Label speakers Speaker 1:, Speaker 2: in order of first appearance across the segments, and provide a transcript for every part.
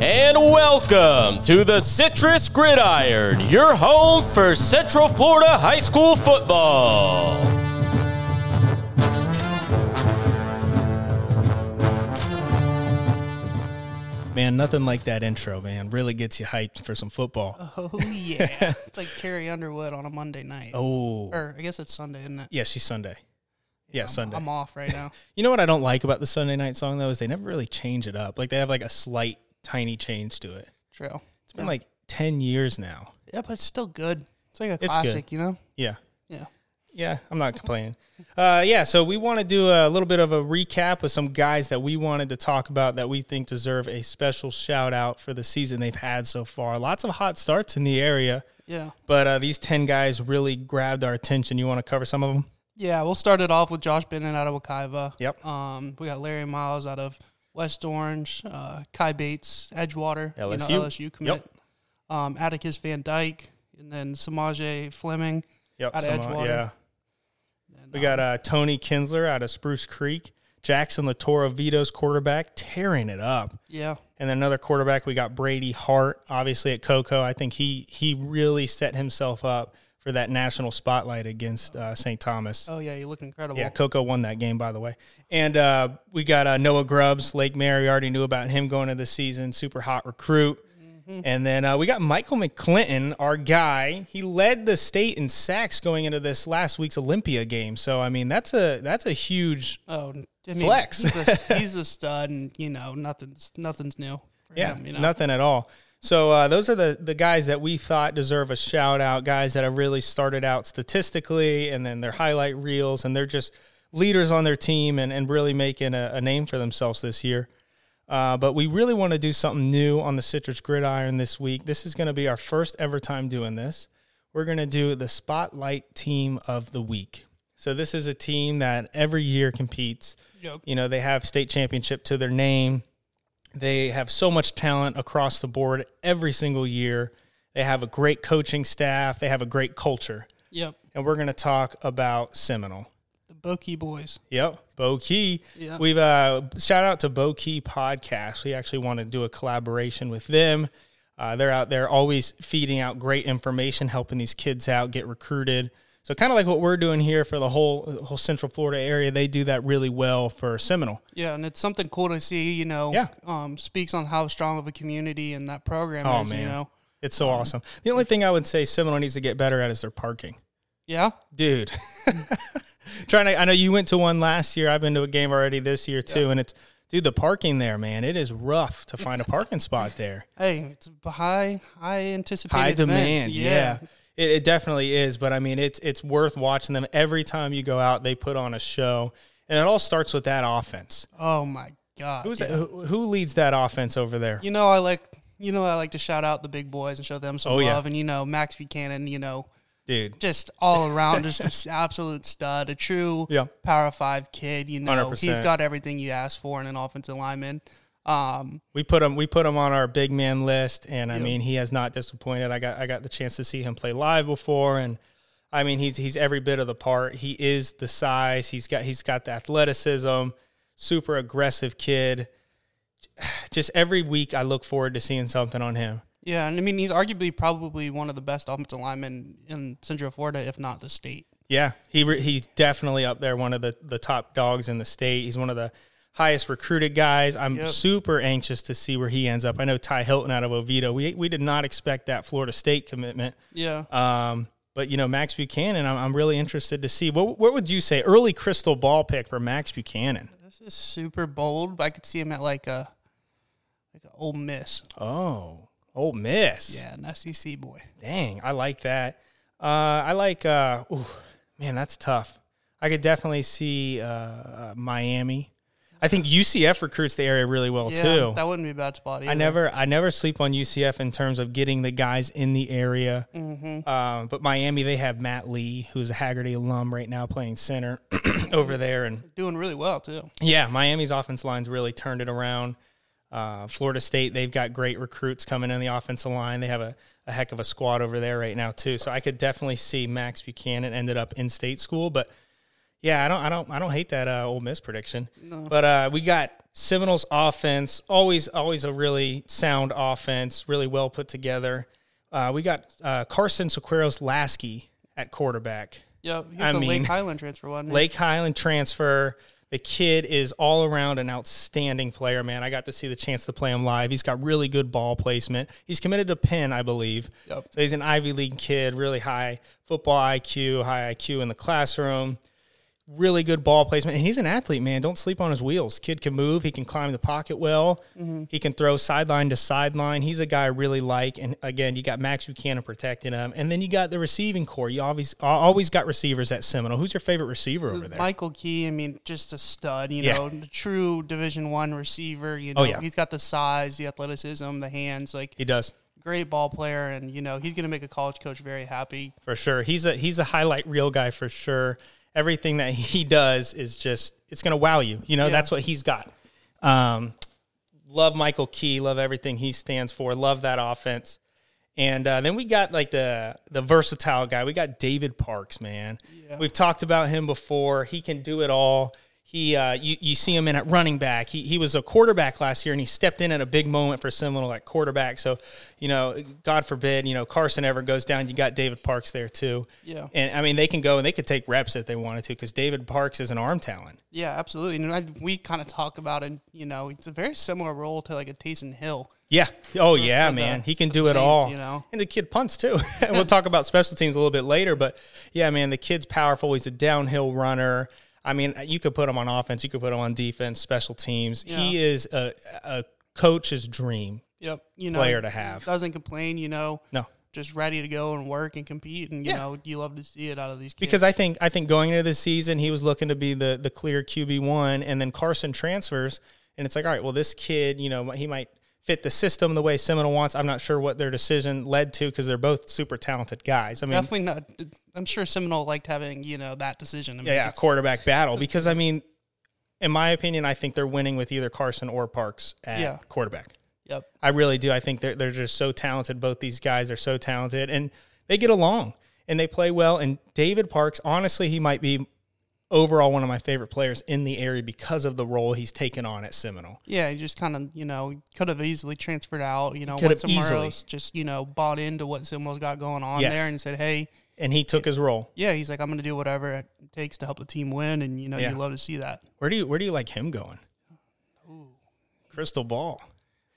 Speaker 1: And welcome to the Citrus Gridiron, your home for Central Florida high school football.
Speaker 2: Man, nothing like that intro, man. Really gets you hyped for some football.
Speaker 3: Oh yeah, it's like Carrie Underwood on a Monday night.
Speaker 2: Oh,
Speaker 3: Or I guess it's Sunday, isn't it?
Speaker 2: yeah, she's Sunday. Yeah,
Speaker 3: I'm,
Speaker 2: Sunday.
Speaker 3: I'm off right now.
Speaker 2: You know what I don't like about the Sunday night song though is they never really change it up. Like they have like a slight, tiny change to it.
Speaker 3: True.
Speaker 2: It's been like ten years now.
Speaker 3: Yeah, but it's still good. It's like a
Speaker 2: good.
Speaker 3: classic, you know.
Speaker 2: Yeah,
Speaker 3: Yeah.
Speaker 2: yeah. I'm not complaining. Uh, yeah. So we want to do a little bit of a recap with some guys that we wanted to talk about that we think deserve a special shout out for the season they've had so far. Lots of hot starts in the area.
Speaker 3: Yeah.
Speaker 2: But uh, these 10 guys really grabbed our attention. You want to cover some of them?
Speaker 3: Yeah, we'll start it off with Josh Bennett out of Wakiva.
Speaker 2: Yep.
Speaker 3: Um, we got Larry Miles out of West Orange, uh, Kai Bates, Edgewater,
Speaker 2: LSU.
Speaker 3: you know, LSU commit. Um, Atticus Van Dyke, and then Samaje Fleming.
Speaker 2: Yep.
Speaker 3: Out of
Speaker 2: some, uh,
Speaker 3: Edgewater. um,
Speaker 2: yeah.
Speaker 3: And,
Speaker 2: We got uh, Tony Kinsler out of Spruce Creek, Jackson Latoro Vito's quarterback, tearing it up.
Speaker 3: Yeah.
Speaker 2: And then another quarterback, we got Brady Hart, obviously at Coco. I think he he really set himself up for that national spotlight against uh, St. Thomas.
Speaker 3: Oh yeah, you look incredible.
Speaker 2: Yeah, Coco won that game, by the way. And uh, we got uh, Noah Grubbs, Lake Mary. Already knew about him going into the season. Super hot recruit. And then uh, we got Michael McClinton, our guy. He led the state in sacks going into this last week's Olympia game. So I mean, that's a that's a huge
Speaker 3: Oh, I mean,
Speaker 2: Flex.
Speaker 3: He's a, he's a stud, and you know nothing's nothing's new. For
Speaker 2: Yeah,
Speaker 3: him, you know?
Speaker 2: nothing at all. So uh, those are the the guys that we thought deserve a shout out. Guys that have really started out statistically, and then their highlight reels, and they're just leaders on their team and, and really making a, a name for themselves this year. Uh, but we really want to do something new on the Citrus Gridiron this week. This is going to be our first ever time doing this. We're going to do the Spotlight Team of the Week. So this is a team that every year competes.
Speaker 3: Yep.
Speaker 2: You know, they have state championship to their name. They have so much talent across the board every single year. They have a great coaching staff. They have a great culture.
Speaker 3: Yep.
Speaker 2: And we're going to talk about Seminole.
Speaker 3: The Bokey Boys.
Speaker 2: Yep, Bo Key.
Speaker 3: Yeah.
Speaker 2: We've uh, shout out to Bo Key Podcast. We actually want to do a collaboration with them. Uh, they're out there always feeding out great information, helping these kids out get recruited. So kind of like what we're doing here for the whole whole Central Florida area, they do that really well for Seminole.
Speaker 3: Yeah, and it's something cool to see. You know,
Speaker 2: Yeah.
Speaker 3: um, speaks on how strong of a community and that program
Speaker 2: Oh,
Speaker 3: is.
Speaker 2: man.
Speaker 3: You know,
Speaker 2: It's so awesome. The only thing I would say Seminole needs to get better at is their parking.
Speaker 3: yeah,
Speaker 2: dude. Trying to, I know you went to one last year. I've been to a game already this year too, and it's, dude, the parking there, man, it is rough to find a parking spot there.
Speaker 3: hey, it's a high high anticipated
Speaker 2: High
Speaker 3: event.
Speaker 2: demand, yeah. It, it definitely is, but I mean, it's it's worth watching them every time you go out. They put on a show, and it all starts with that offense.
Speaker 3: Oh my god.
Speaker 2: Who's
Speaker 3: yeah.
Speaker 2: that, who, who leads that offense over there?
Speaker 3: You know, I like you know I like to shout out the big boys and show them some
Speaker 2: Oh,
Speaker 3: love.
Speaker 2: yeah.
Speaker 3: And you know, Max Buchanan. You know,
Speaker 2: Dude,
Speaker 3: just all around, just an absolute stud, a true
Speaker 2: Yeah.
Speaker 3: power five kid. You know,
Speaker 2: 100%.
Speaker 3: he's got everything you ask for in an offensive lineman. Um,
Speaker 2: we put him we put him on our big man list, and I mean he has not disappointed. I got I got the chance to see him play live before, and I mean he's he's every bit of the part. He is the size. He's got he's got the athleticism. Super aggressive kid. Just every week, I look forward to seeing something on him.
Speaker 3: yeah, and I mean he's arguably probably one of the best offensive linemen in Central Florida, if not the state.
Speaker 2: Yeah, he re- he's definitely up there, one of the the top dogs in the state. He's one of the highest recruited guys. I'm super anxious to see where he ends up. I know Ty Hilton out of Oviedo. We we did not expect that Florida State commitment.
Speaker 3: Yeah,
Speaker 2: Um, but you know Max Buchanan, I'm, I'm really interested to see what what would you say early crystal ball pick for Max Buchanan?
Speaker 3: this is super bold. But I could see him at like a like an old Miss.
Speaker 2: Oh, Ole Miss.
Speaker 3: Yeah, an SEC boy.
Speaker 2: Dang, I like that. Uh, I like. Uh, ooh, man, that's tough. I could definitely see uh, uh, Miami. I think UCF recruits the area really well
Speaker 3: Yeah,
Speaker 2: too.
Speaker 3: that wouldn't be a bad spot. Either.
Speaker 2: I never, I never sleep on UCF in terms of getting the guys in the area.
Speaker 3: Mm-hmm.
Speaker 2: Um, but Miami, they have Matt Lee, who's a Haggerty alum right now, playing center over there, and
Speaker 3: doing really well too.
Speaker 2: Yeah, Miami's offense line's really turned it around. Uh, Florida State, they've got great recruits coming in the offensive line. They have a, a heck of a squad over there right now, too. So I could definitely see Max Buchanan ended up in state school. But Yeah, I don't, I don't, I don't hate that uh, Ole Miss prediction.
Speaker 3: No.
Speaker 2: But uh, we got Seminoles offense, always, always a really sound offense, really well put together. Uh, we got uh, Carson Sequeiros Lasky at quarterback.
Speaker 3: Yep, he's
Speaker 2: I
Speaker 3: a
Speaker 2: mean-
Speaker 3: Lake Highland transfer one.
Speaker 2: Lake Highland transfer. The kid is all around an outstanding player, man. I got to see the chance to play him live. He's got really good ball placement. He's committed to Penn, I believe.
Speaker 3: Yep.
Speaker 2: So he's an Ivy League kid, really high football IQ, high IQ in the classroom, really good ball placement. And he's an athlete, man. Don't sleep on his wheels. Kid can move. He can climb the pocket well. He can throw sideline to sideline. He's a guy I really like. And again, you got Max Buchanan protecting him. And then you got the receiving core. You always, always got receivers at Seminole. Who's your favorite receiver over there?
Speaker 3: Michael Key, I mean, just a stud. You
Speaker 2: Yeah.
Speaker 3: know, the true Division One receiver. You know,
Speaker 2: Oh, yeah.
Speaker 3: he's got the size, the athleticism, the hands. Like
Speaker 2: He does.
Speaker 3: great ball player, and you know he's going to make a college coach very happy.
Speaker 2: for sure. He's a he's a highlight reel guy for sure. Everything that he does is just it's going to wow you. You know
Speaker 3: Yeah.
Speaker 2: that's what he's got. Um, love Michael Key. Love everything he stands for. Love that offense. And uh, then we got like the the versatile guy. We got David Parks, man. We've talked about him before. He can do it all. He uh, you, you see him in at running back. He, he was a quarterback last year, and he stepped in at a big moment for Seminole at quarterback. So, you know, God forbid, you know, Carson ever goes down, you got David Parks there too.
Speaker 3: Yeah.
Speaker 2: And I mean, they can go and they could take reps if they wanted to because David Parks is an arm talent.
Speaker 3: Yeah, absolutely. And I, we kind of talk about it. You know, it's a very similar role to like a Taysom Hill.
Speaker 2: Yeah. Oh yeah,
Speaker 3: for the-
Speaker 2: man. He can
Speaker 3: for
Speaker 2: do
Speaker 3: the
Speaker 2: it all.
Speaker 3: Saints, you know?
Speaker 2: And the kid punts too. and we'll talk about special teams a little bit later, but yeah, man, the kid's powerful. He's a downhill runner. I mean, you could put him on offense, you could put him on defense, special teams. He is a, a coach's dream.
Speaker 3: Yep. You know,
Speaker 2: Player to have.
Speaker 3: doesn't complain. You know,
Speaker 2: No.
Speaker 3: just ready to go and work and compete, and you
Speaker 2: Yeah.
Speaker 3: know you love to see it out of these kids.
Speaker 2: Because I think I think going into the season he was looking to be the the clear QB one, and then Carson transfers, and it's like, all right, well, this kid, you know, he might fit the system the way Seminole wants. I'm not sure what their decision led to because they're both super talented guys. I mean,
Speaker 3: definitely not. I'm sure Seminole liked having you know that decision. I mean,
Speaker 2: yeah,
Speaker 3: it's-
Speaker 2: quarterback battle because I mean, in my opinion, I think they're winning with either Carson or Parks at
Speaker 3: Yeah.
Speaker 2: quarterback.
Speaker 3: Yep.
Speaker 2: I really do. I think they're they're just so talented. Both these guys are so talented, and they get along and they play well. And David Parks, honestly, he might be overall one of my favorite players in the area because of the role he's taken on at Seminole.
Speaker 3: Yeah, you just kind of, you know, could have easily transferred out, you know,
Speaker 2: could
Speaker 3: went
Speaker 2: have
Speaker 3: somewhere
Speaker 2: easily.
Speaker 3: else, just, you know, bought into what Simwell's got going on
Speaker 2: Yes.
Speaker 3: there and said, hey,
Speaker 2: And he took his role.
Speaker 3: yeah, he's like, I'm going to do whatever it takes to help the team win. And, you know,
Speaker 2: Yeah.
Speaker 3: you love to see that.
Speaker 2: Where do you where do you like him going? Crystal Ball.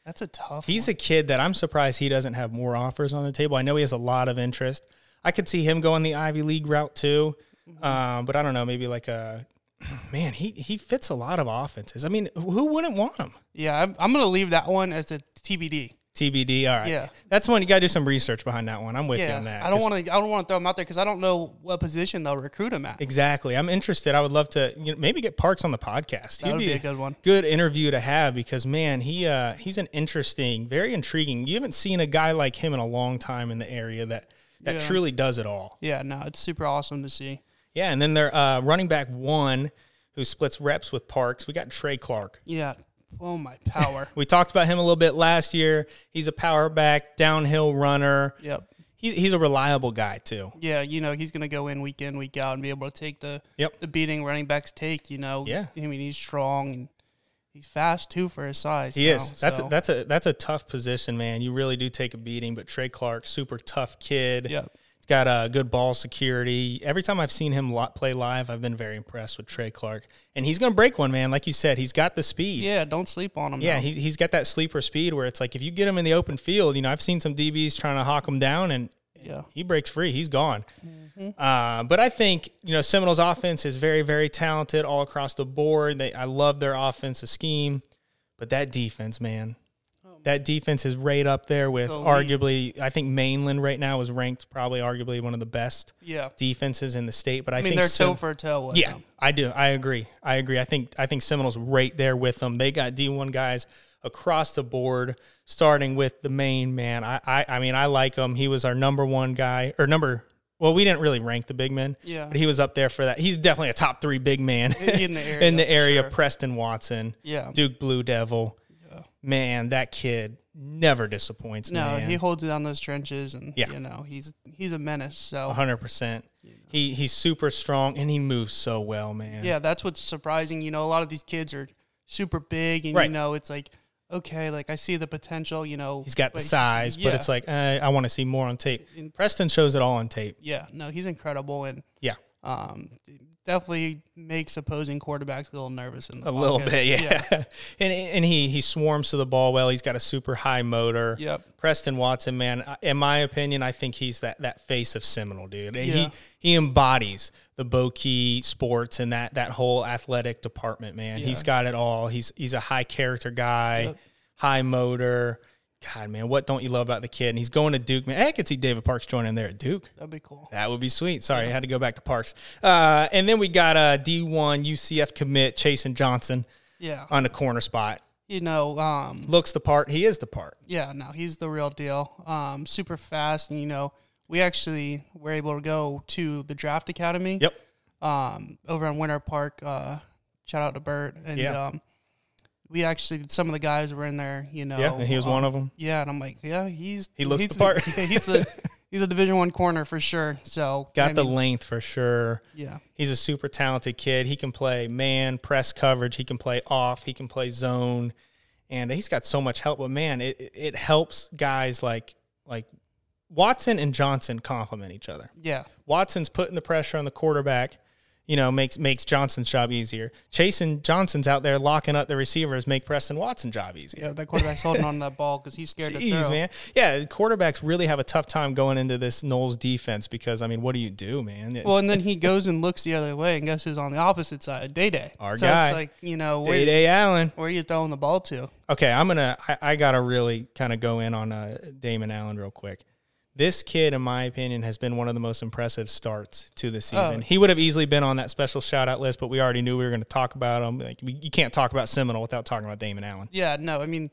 Speaker 3: That's a tough
Speaker 2: He's
Speaker 3: one.
Speaker 2: a kid that I'm surprised he doesn't have more offers on the table. I know he has a lot of interest. I could see him going the Ivy League route too,
Speaker 3: Mm-hmm.
Speaker 2: um, but I don't know. Maybe like a man. He he fits a lot of offenses. I mean, who wouldn't want him?
Speaker 3: yeah, I'm, I'm going to leave that one as a TBD.
Speaker 2: TBD. All right.
Speaker 3: Yeah.
Speaker 2: That's one you got to do some research behind that one. I'm with you
Speaker 3: Yeah,
Speaker 2: on that.
Speaker 3: I don't want to. I don't want to throw him out there because I don't know what position they'll recruit him at.
Speaker 2: Exactly. I'm interested. I would love to you know, maybe get Parks on the podcast.
Speaker 3: That would be a good one.
Speaker 2: Good interview to have because man, he uh, he's an interesting, very intriguing. You haven't seen a guy like him in a long time in the area that that
Speaker 3: Yeah.
Speaker 2: truly does it all.
Speaker 3: Yeah, no, it's super awesome to see.
Speaker 2: Yeah, and then their uh, running back one who splits reps with Parks. We got Trey Clark.
Speaker 3: Yeah. Oh my power.
Speaker 2: We talked about him a little bit last year. He's a power back, downhill runner.
Speaker 3: yep.
Speaker 2: He's he's a reliable guy too.
Speaker 3: Yeah, you know, he's going to go in week in, week out and be able to take the
Speaker 2: Yep.
Speaker 3: the beating running backs take, you know.
Speaker 2: Yeah.
Speaker 3: I mean, he's strong and he's fast too for his size.
Speaker 2: He
Speaker 3: you
Speaker 2: is.
Speaker 3: know,
Speaker 2: That's
Speaker 3: so-
Speaker 2: a, that's a that's a tough position, man. You really do take a beating. But Trey Clark, super tough kid.
Speaker 3: Yep.
Speaker 2: He's got uh, good ball security. Every time I've seen him lo- play live, I've been very impressed with Trey Clark. And he's gonna break one, man. Like you said, he's got the speed.
Speaker 3: Yeah, don't sleep on him.
Speaker 2: Yeah,
Speaker 3: though.
Speaker 2: he's, he's got that sleeper speed where it's like if you get him in the open field, you know, I've seen some DBs trying to hawk him down and
Speaker 3: yeah.
Speaker 2: he breaks free. He's gone.
Speaker 3: Mm-hmm.
Speaker 2: Uh, but I think, you know, Seminoles offense is very, very talented all across the board. They, I love their offensive scheme, but that defense, man, that defense is right up there with
Speaker 3: Oh, elite.
Speaker 2: arguably, I think Mainland right now is ranked probably arguably one of the best
Speaker 3: Yeah.
Speaker 2: defenses in the state. But I,
Speaker 3: I mean,
Speaker 2: think
Speaker 3: they're
Speaker 2: Sem-
Speaker 3: toe for toe. With
Speaker 2: yeah,
Speaker 3: him.
Speaker 2: I do. I agree. I agree. I think I think Seminoles right there with them. They got D one guys across the board, starting with the main man. I, I I mean I like him. He was our number one guy or number. Well, we didn't really rank the big men.
Speaker 3: Yeah.
Speaker 2: but he was up there for that. He's definitely a top three big man
Speaker 3: In the area,
Speaker 2: In the
Speaker 3: for
Speaker 2: area,
Speaker 3: sure.
Speaker 2: Preston Watson,
Speaker 3: Yeah.
Speaker 2: Duke Blue Devil. Man, that kid never disappoints.
Speaker 3: No,
Speaker 2: man.
Speaker 3: he holds down those trenches, and
Speaker 2: Yeah.
Speaker 3: you know he's he's a menace. So
Speaker 2: hundred percent. He he's super strong and he moves so well, man.
Speaker 3: Yeah, that's what's surprising. You know, a lot of these kids are super big, and
Speaker 2: Right.
Speaker 3: you know, it's like okay, like I see the potential. You know,
Speaker 2: He's got the
Speaker 3: but-
Speaker 2: size,
Speaker 3: yeah.
Speaker 2: but it's like eh, I want to see more on tape. Preston shows it all on tape.
Speaker 3: yeah, no, he's incredible, and
Speaker 2: Yeah.
Speaker 3: um, definitely makes opposing quarterbacks a little nervous in the
Speaker 2: A little
Speaker 3: pocket.
Speaker 2: bit, yeah. and and he he swarms to the ball well. He's got a super high motor.
Speaker 3: Yep.
Speaker 2: Preston Watson, man, I- in my opinion, I think he's that that face of Seminole, dude.
Speaker 3: Yeah.
Speaker 2: He he embodies the Bokeh sports and that that whole athletic department, man. He's got it all. He's he's a high character guy, high motor. God, man, what don't you love about the kid? And he's going to Duke, man. I could see David Parks joining there at Duke.
Speaker 3: That'd be cool.
Speaker 2: That would be sweet. Sorry, I had to go back to Parks. Uh, and then we got a D1 UCF commit, Chasen Johnson,
Speaker 3: Yeah,
Speaker 2: on the corner spot.
Speaker 3: you know, um,
Speaker 2: Looks the part. He is the part.
Speaker 3: yeah, no, he's the real deal. Um, super fast, and you know, we actually were able to go to the draft academy.
Speaker 2: Yep.
Speaker 3: um, over in Winter Park. Uh, shout out to Bert. And
Speaker 2: Yeah.
Speaker 3: um, we actually, some of the guys were in there, you know.
Speaker 2: Yeah, and he was one
Speaker 3: um,
Speaker 2: of them.
Speaker 3: Yeah, and I'm like, yeah, he's
Speaker 2: He looks
Speaker 3: he's
Speaker 2: the part.
Speaker 3: yeah, he's a he's a Division One corner for sure. So
Speaker 2: Got
Speaker 3: I
Speaker 2: the
Speaker 3: mean,
Speaker 2: length for sure.
Speaker 3: yeah,
Speaker 2: He's a super talented kid. He can play man, press coverage. He can play off. He can play zone, and he's got so much help. But man, it it- it helps guys like like Watson and Johnson complement each other.
Speaker 3: yeah,
Speaker 2: Watson's putting the pressure on the quarterback, you know, makes makes Johnson's job easier. Chasing Johnson's out there locking up the receivers, make Preston Watson's job easier.
Speaker 3: yeah. That quarterback's holding on to that ball because he's scared to
Speaker 2: Jeez,
Speaker 3: throw.
Speaker 2: man. Yeah, quarterbacks really have a tough time going into this Knowles defense because I mean, what do you do, man? It's
Speaker 3: Well, and then he goes and looks the other way, and guess who's on the opposite side? Day Day.
Speaker 2: Our
Speaker 3: so
Speaker 2: guy.
Speaker 3: it's like you know where,
Speaker 2: Day Allen.
Speaker 3: where are you throwing the ball to?
Speaker 2: Okay, I'm gonna. I, I gotta really kind of go in on uh, Damon Allen real quick. This kid, in my opinion, has been one of the most impressive starts to
Speaker 3: Oh.
Speaker 2: the season. He would have easily been on that special shout out list, but we already knew we were going to talk about him. Like we, you can't talk about Seminole without talking about Damon Allen.
Speaker 3: Yeah, no, I mean,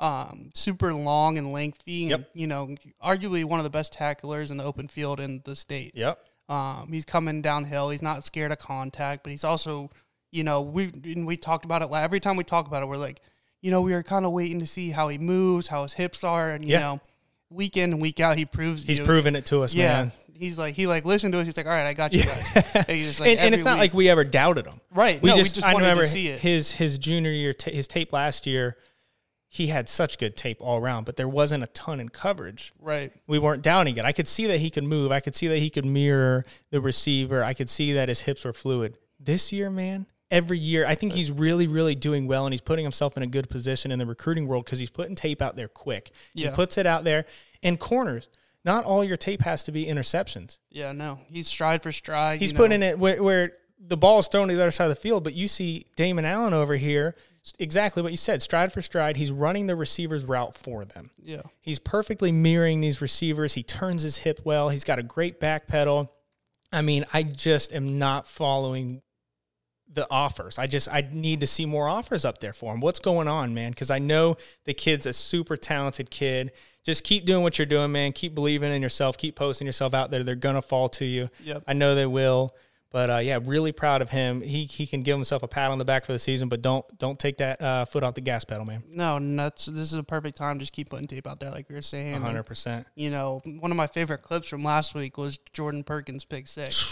Speaker 3: um, super long and lengthy. And,
Speaker 2: Yep.
Speaker 3: you know, arguably one of the best tacklers in the open field in the state.
Speaker 2: Yep.
Speaker 3: Um, he's coming downhill. He's not scared of contact, but he's also, you know, we and we talked about it. la- Every time we talk about it, we're like, you know, we were kind of waiting to see how he moves, how his hips are, and you
Speaker 2: Yeah.
Speaker 3: know, week in and week out, he proves.
Speaker 2: He's
Speaker 3: you-
Speaker 2: proven it to us,
Speaker 3: Yeah,
Speaker 2: man.
Speaker 3: he's like he like listened to us. He's like, all right, I got you guys. And, he's just, like,
Speaker 2: and, and
Speaker 3: every
Speaker 2: it's not
Speaker 3: week-
Speaker 2: like we ever doubted him.
Speaker 3: Right,
Speaker 2: We
Speaker 3: no, we
Speaker 2: just,
Speaker 3: just
Speaker 2: I
Speaker 3: wanted to
Speaker 2: remember
Speaker 3: see it.
Speaker 2: his his junior year ta- his tape last year. He had such good tape all around, but there wasn't a ton in coverage.
Speaker 3: right,
Speaker 2: we weren't doubting it. I could see that he could move. I could see that he could mirror the receiver. I could see that his hips were fluid. This year, man, every year, I think he's really, really doing well and he's putting himself in a good position in the recruiting world because he's putting tape out there quick.
Speaker 3: Yeah.
Speaker 2: He puts it out there and corners. Not all your tape has to be interceptions.
Speaker 3: yeah, no, he's stride for stride.
Speaker 2: He's
Speaker 3: you know.
Speaker 2: putting it where, where the ball's thrown to the other side of the field, but you see Damon Allen over here, s- exactly what you said, stride for stride. He's running the receiver's route for them.
Speaker 3: yeah,
Speaker 2: He's perfectly mirroring these receivers. He turns his hip well. He's got a great back pedal. I mean, I just am not following the offers. I just I need to see more offers up there for him. What's going on, man? Cuz I know the kid's a super talented kid. Just keep doing what you're doing, man. Keep believing in yourself. Keep posting yourself out there. They're going to fall to you.
Speaker 3: Yep.
Speaker 2: I know they will. But uh, yeah, really proud of him. He he can give himself a pat on the back for the season, but don't don't take that uh, foot off the gas pedal, man.
Speaker 3: no, nuts. This is a perfect time. to Just keep putting tape out there, like you were saying. and,
Speaker 2: 100%.
Speaker 3: you know, one of my favorite clips from last week was Jordan Perkins' pick six.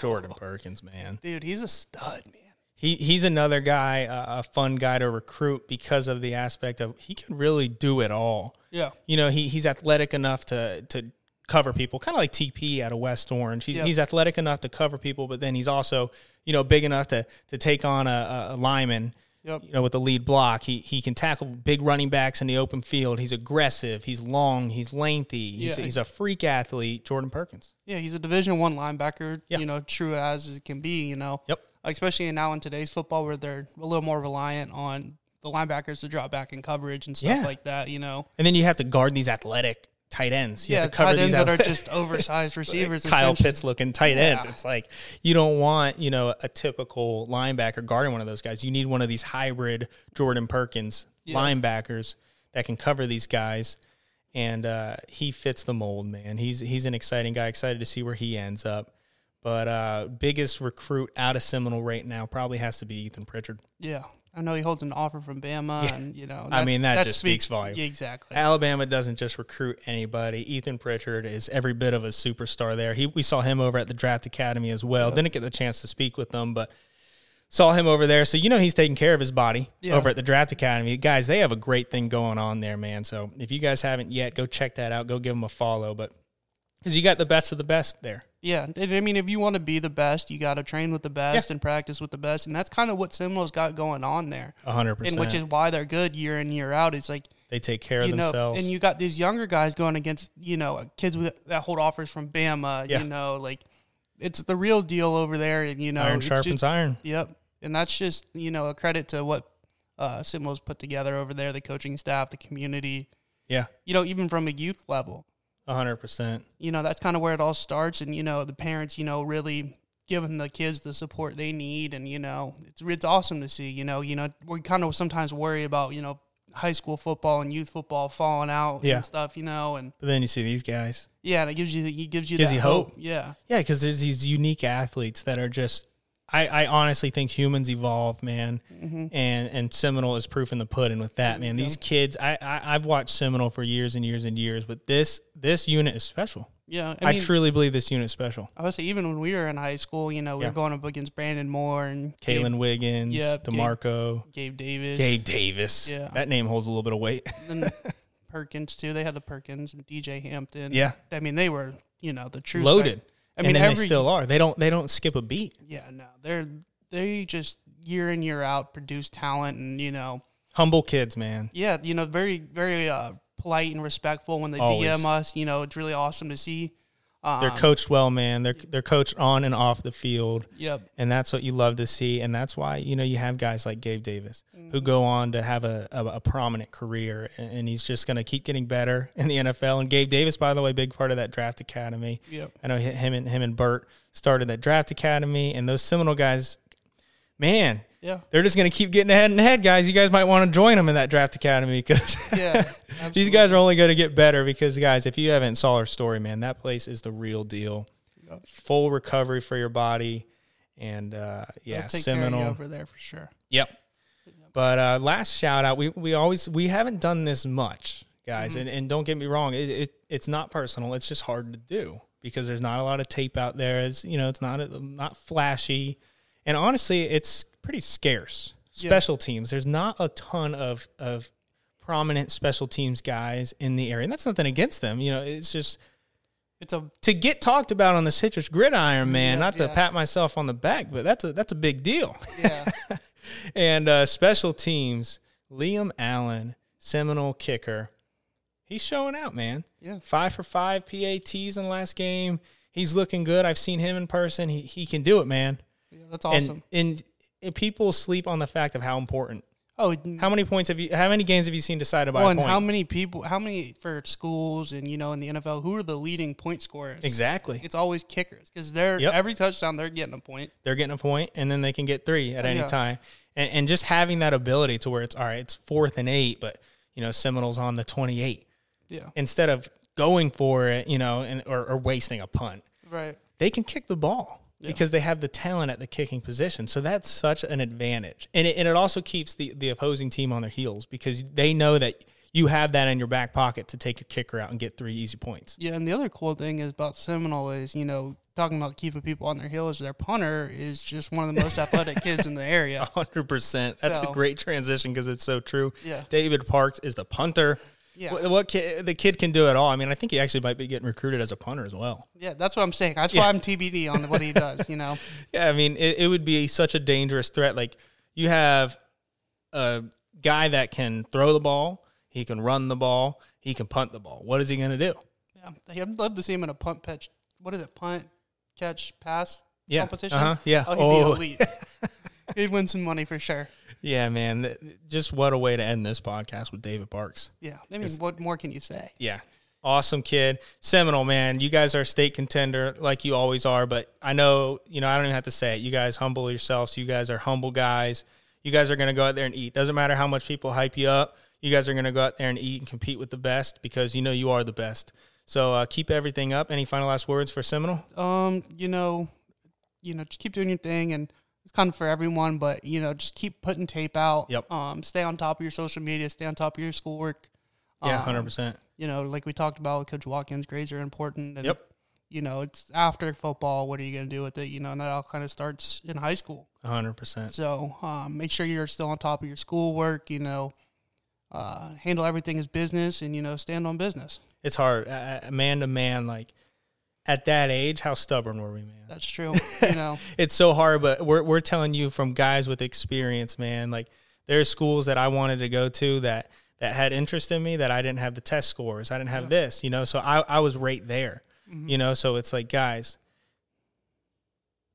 Speaker 2: Jordan Perkins, man.
Speaker 3: Dude, he's a stud, man.
Speaker 2: he he's another guy, uh, a fun guy to recruit because of the aspect of he can really do it all.
Speaker 3: Yeah,
Speaker 2: You know, he he's athletic enough to to cover people, kind of like TP out of West Orange. He's,
Speaker 3: Yep.
Speaker 2: he's athletic enough to cover people, but then he's also you know big enough to to take on a, a lineman.
Speaker 3: Yep.
Speaker 2: You know, with the lead block, he he can tackle big running backs in the open field. He's aggressive. He's long. He's lengthy. He's,
Speaker 3: Yeah.
Speaker 2: he's a freak athlete. Jordan Perkins.
Speaker 3: yeah, he's a Division One linebacker.
Speaker 2: Yeah.
Speaker 3: You know, true as it can be. You know,
Speaker 2: Yep.
Speaker 3: especially now in today's football where they're a little more reliant on the linebackers to drop back in coverage and stuff
Speaker 2: Yeah.
Speaker 3: like that. You know,
Speaker 2: And then you have to guard these athletic tight ends. You
Speaker 3: yeah,
Speaker 2: have to cover
Speaker 3: tight ends
Speaker 2: these
Speaker 3: that are
Speaker 2: athletic-
Speaker 3: just oversized receivers.
Speaker 2: Kyle
Speaker 3: essentially.
Speaker 2: Pitts looking tight ends. It's like you don't want, you know, a typical linebacker guarding one of those guys. You need one of these hybrid Jordan Perkins linebackers that can cover these guys. And uh, he fits the mold, man. He's he's an exciting guy. Excited to see where he ends up. But uh, biggest recruit out of Seminole right now probably has to be Ethan Pritchard.
Speaker 3: Yeah, I know he holds an offer from Bama, and you know.
Speaker 2: I mean, that just speaks volume.
Speaker 3: Exactly.
Speaker 2: Alabama doesn't just recruit anybody. Ethan Pritchard is every bit of a superstar there. He we saw him over at the draft academy as well. Didn't get the chance to speak with them, but saw him over there. So you know he's taking care of his body
Speaker 3: Yeah.
Speaker 2: over at the draft academy. Guys, they have a great thing going on there, man. So if you guys haven't yet, go check that out. Go give him a follow, but because you got the best of the best there.
Speaker 3: Yeah, and I mean, if you want to be the best, you got to train with the best and practice with the best, and that's kind of what Seminole's got going on there,
Speaker 2: A hundred
Speaker 3: and which is
Speaker 2: percent.
Speaker 3: why they're good year in year out. It's like
Speaker 2: They take care of
Speaker 3: you know,
Speaker 2: themselves.
Speaker 3: and you got these younger guys going against you know uh, kids with, that hold offers from Bama.
Speaker 2: Yeah.
Speaker 3: You know, like it's the real deal over there, and you know,
Speaker 2: iron
Speaker 3: it's
Speaker 2: sharpens
Speaker 3: just-
Speaker 2: iron.
Speaker 3: Yep, and that's just you know a credit to what uh, Seminole's put together over there, the coaching staff, the community.
Speaker 2: Yeah,
Speaker 3: You know, even from a youth level
Speaker 2: a hundred percent.
Speaker 3: you know that's kind of where it all starts and you know the parents you know really giving the kids the support they need and you know it's it's awesome to see you know you know we kind of sometimes worry about you know high school football and youth football falling out
Speaker 2: Yeah.
Speaker 3: and stuff you know and
Speaker 2: But then you see these guys.
Speaker 3: yeah and it gives you it gives you
Speaker 2: Gives
Speaker 3: that
Speaker 2: you
Speaker 3: hope.
Speaker 2: hope.
Speaker 3: yeah
Speaker 2: Yeah, because there's these unique athletes that are just. I, I honestly think humans evolve, man,
Speaker 3: Mm-hmm.
Speaker 2: and and Seminole is proof in the pudding with that, man. These kids, I, I I've watched Seminole for years and years and years, but this this unit is special.
Speaker 3: yeah I,
Speaker 2: I,
Speaker 3: mean,
Speaker 2: truly believe this unit is special.
Speaker 3: I would say even when we were in high school you know we were
Speaker 2: Yeah.
Speaker 3: going up against Brandon Moore and Gabe-
Speaker 2: Kalen Wiggins,
Speaker 3: yeah, Gabe-
Speaker 2: Demarco,
Speaker 3: Gabe, Davis
Speaker 2: Gabe Davis.
Speaker 3: Yeah.
Speaker 2: that name holds a little bit of weight.
Speaker 3: and Perkins too they had the Perkins and DJ Hampton
Speaker 2: Yeah.
Speaker 3: I mean they were you know the true
Speaker 2: Loaded.
Speaker 3: I
Speaker 2: and
Speaker 3: mean
Speaker 2: then
Speaker 3: every
Speaker 2: they still are. They don't they don't skip a beat.
Speaker 3: Yeah, no, they're they just year in year out produce talent, and you know,
Speaker 2: Humble kids, man.
Speaker 3: yeah, you know, very very uh, polite and respectful when they
Speaker 2: Always.
Speaker 3: DM us. You know, it's really awesome to see.
Speaker 2: They're
Speaker 3: Uh-uh.
Speaker 2: coached well, man. They're they're coached on and off the field.
Speaker 3: Yep,
Speaker 2: and that's what you love to see and that's why you know you have guys like gabe davis who
Speaker 3: Mm.
Speaker 2: go on to have a, a, a prominent career and, and he's just going to keep getting better in the nfl and gabe davis by the way big part of that draft academy
Speaker 3: Yep.
Speaker 2: i know hi- him and him and bert started that draft academy and those seminole guys man
Speaker 3: Yeah.
Speaker 2: they're just going to keep getting ahead and ahead guys you guys might want to join them in that draft academy because
Speaker 3: yeah,
Speaker 2: these guys are only going to get better because guys if you haven't saw our story man that place is the real deal full recovery for your body and uh yeah
Speaker 3: They'll take care
Speaker 2: seminal
Speaker 3: of you over there for sure.
Speaker 2: yep but uh last shout out we we always we haven't done this much
Speaker 3: Mm-hmm.
Speaker 2: guys and, and don't get me wrong it, it it's not personal it's just hard to do because there's not a lot of tape out there it's you know it's not uh, not flashy and honestly it's pretty scarce special teams there's not a ton of of prominent special teams guys in the area and that's nothing against them you know it's just
Speaker 3: It's a
Speaker 2: to get talked about on the citrus gridiron man
Speaker 3: Yeah,
Speaker 2: not to
Speaker 3: yeah.
Speaker 2: pat myself on the back but that's a that's a big deal
Speaker 3: yeah,
Speaker 2: and uh, special teams liam allen seminole kicker he's showing out man
Speaker 3: Yeah.
Speaker 2: five for five pats in last game he's looking good i've seen him in person he, he can do it man
Speaker 3: yeah that's awesome.
Speaker 2: and, and and people sleep on the fact of how important
Speaker 3: oh,
Speaker 2: how many points have you how many games have you seen decided by
Speaker 3: well,
Speaker 2: a
Speaker 3: and
Speaker 2: point
Speaker 3: how many people? How many for schools and you know in the NFL? Who are the leading point scorers?
Speaker 2: exactly
Speaker 3: It's always kickers because they're
Speaker 2: Yep.
Speaker 3: every touchdown they're getting a point.
Speaker 2: they're getting a point and then they can get three at any
Speaker 3: yeah.
Speaker 2: time and, and just having that ability to where it's all right it's fourth and eight but you know seminoles on the 28
Speaker 3: Yeah,
Speaker 2: instead of going for it you know and or, or wasting a punt
Speaker 3: right.
Speaker 2: they can kick the ball because they have the talent at the kicking position so that's such an advantage and it, and it also keeps the, the opposing team on their heels because they know that you have that in your back pocket to take your kicker out and get three easy points
Speaker 3: Yeah, and the other cool thing is about Seminole is, you know, talking about keeping people on their heels, their punter is just one of the most athletic kids in the area.
Speaker 2: Hundred percent. That's
Speaker 3: So-
Speaker 2: a great transition because it's so true.
Speaker 3: Yeah.
Speaker 2: David Parks is the punter.
Speaker 3: Yeah.
Speaker 2: What, what ki- the kid can do at all. I mean, I think he actually might be getting recruited as a punter as well.
Speaker 3: Yeah, that's what I'm saying. That's why I'm TBD on what he does, you know.
Speaker 2: Yeah. I mean, it, it would be such a dangerous threat. Like you have a guy that can throw the ball, he can run the ball, he can punt the ball. What is he going to do?
Speaker 3: Yeah, I'd love to see him in a punt catch. What is it? Punt, catch, pass
Speaker 2: Yeah,
Speaker 3: competition?
Speaker 2: uh-huh, yeah.
Speaker 3: Oh,
Speaker 2: Oh.
Speaker 3: he'd be elite. he'd win some money for sure.
Speaker 2: Yeah, man. th- Just what a way to end this podcast with David Parks.
Speaker 3: Yeah. I mean, what more can you say?
Speaker 2: Yeah. Awesome kid. Seminole, man. You guys are a state contender like you always are, but I know, you know, I don't even have to say it. You guys humble yourselves. You guys are humble guys. You guys are going to go out there and eat. Doesn't matter how much people hype you up. You guys are going to go out there and eat and compete with the best because you know you are the best. So uh, keep everything up. Any final last words for Seminole?
Speaker 3: Um, you know, you know, just keep doing your thing and it's kind of for everyone, but you know, just keep putting tape out.
Speaker 2: Yep.
Speaker 3: Um, stay on top of your social media, stay on top of your schoolwork.
Speaker 2: Yeah,
Speaker 3: Um,
Speaker 2: hundred percent.
Speaker 3: You know, like we talked about with Coach Watkins, grades are important. And,
Speaker 2: Yep.
Speaker 3: You know, it's after football. What are you going to do with it? You know, and that all kind of starts in high school.
Speaker 2: hundred percent.
Speaker 3: So um, make sure you're still on top of your schoolwork. You know, uh, handle everything as business, and you know, stand on business.
Speaker 2: It's hard, Uh, uh, man to man. Like at that age, how stubborn were we, man?
Speaker 3: That's true. you know,
Speaker 2: it's so hard, but we're we're telling you from guys with experience, man. Like there's schools that I wanted to go to that that had interest in me that I didn't have the test scores. I didn't have this, you know. So I, I was right there. You know, so it's like guys,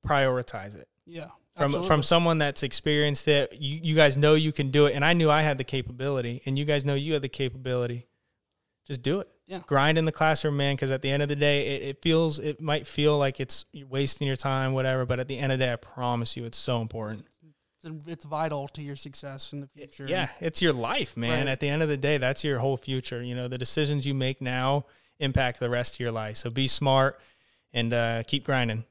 Speaker 2: prioritize it.
Speaker 3: yeah.
Speaker 2: From
Speaker 3: absolutely.
Speaker 2: from someone that's experienced it, you, you guys know you can do it. And I knew I had the capability, and you guys know you had the capability. Just do it.
Speaker 3: Yeah.
Speaker 2: Grind in the classroom, man, because at the end of the day, it, it feels, it might feel like it's you're wasting your time, whatever, but at the end of the day, I promise you it's so important.
Speaker 3: it's, it's vital to your success in the future.
Speaker 2: Yeah, it's your life, man.
Speaker 3: Right.
Speaker 2: At the end of the day, that's your whole future. You know, the decisions you make now impact the rest of your life. So be smart and uh, keep grinding.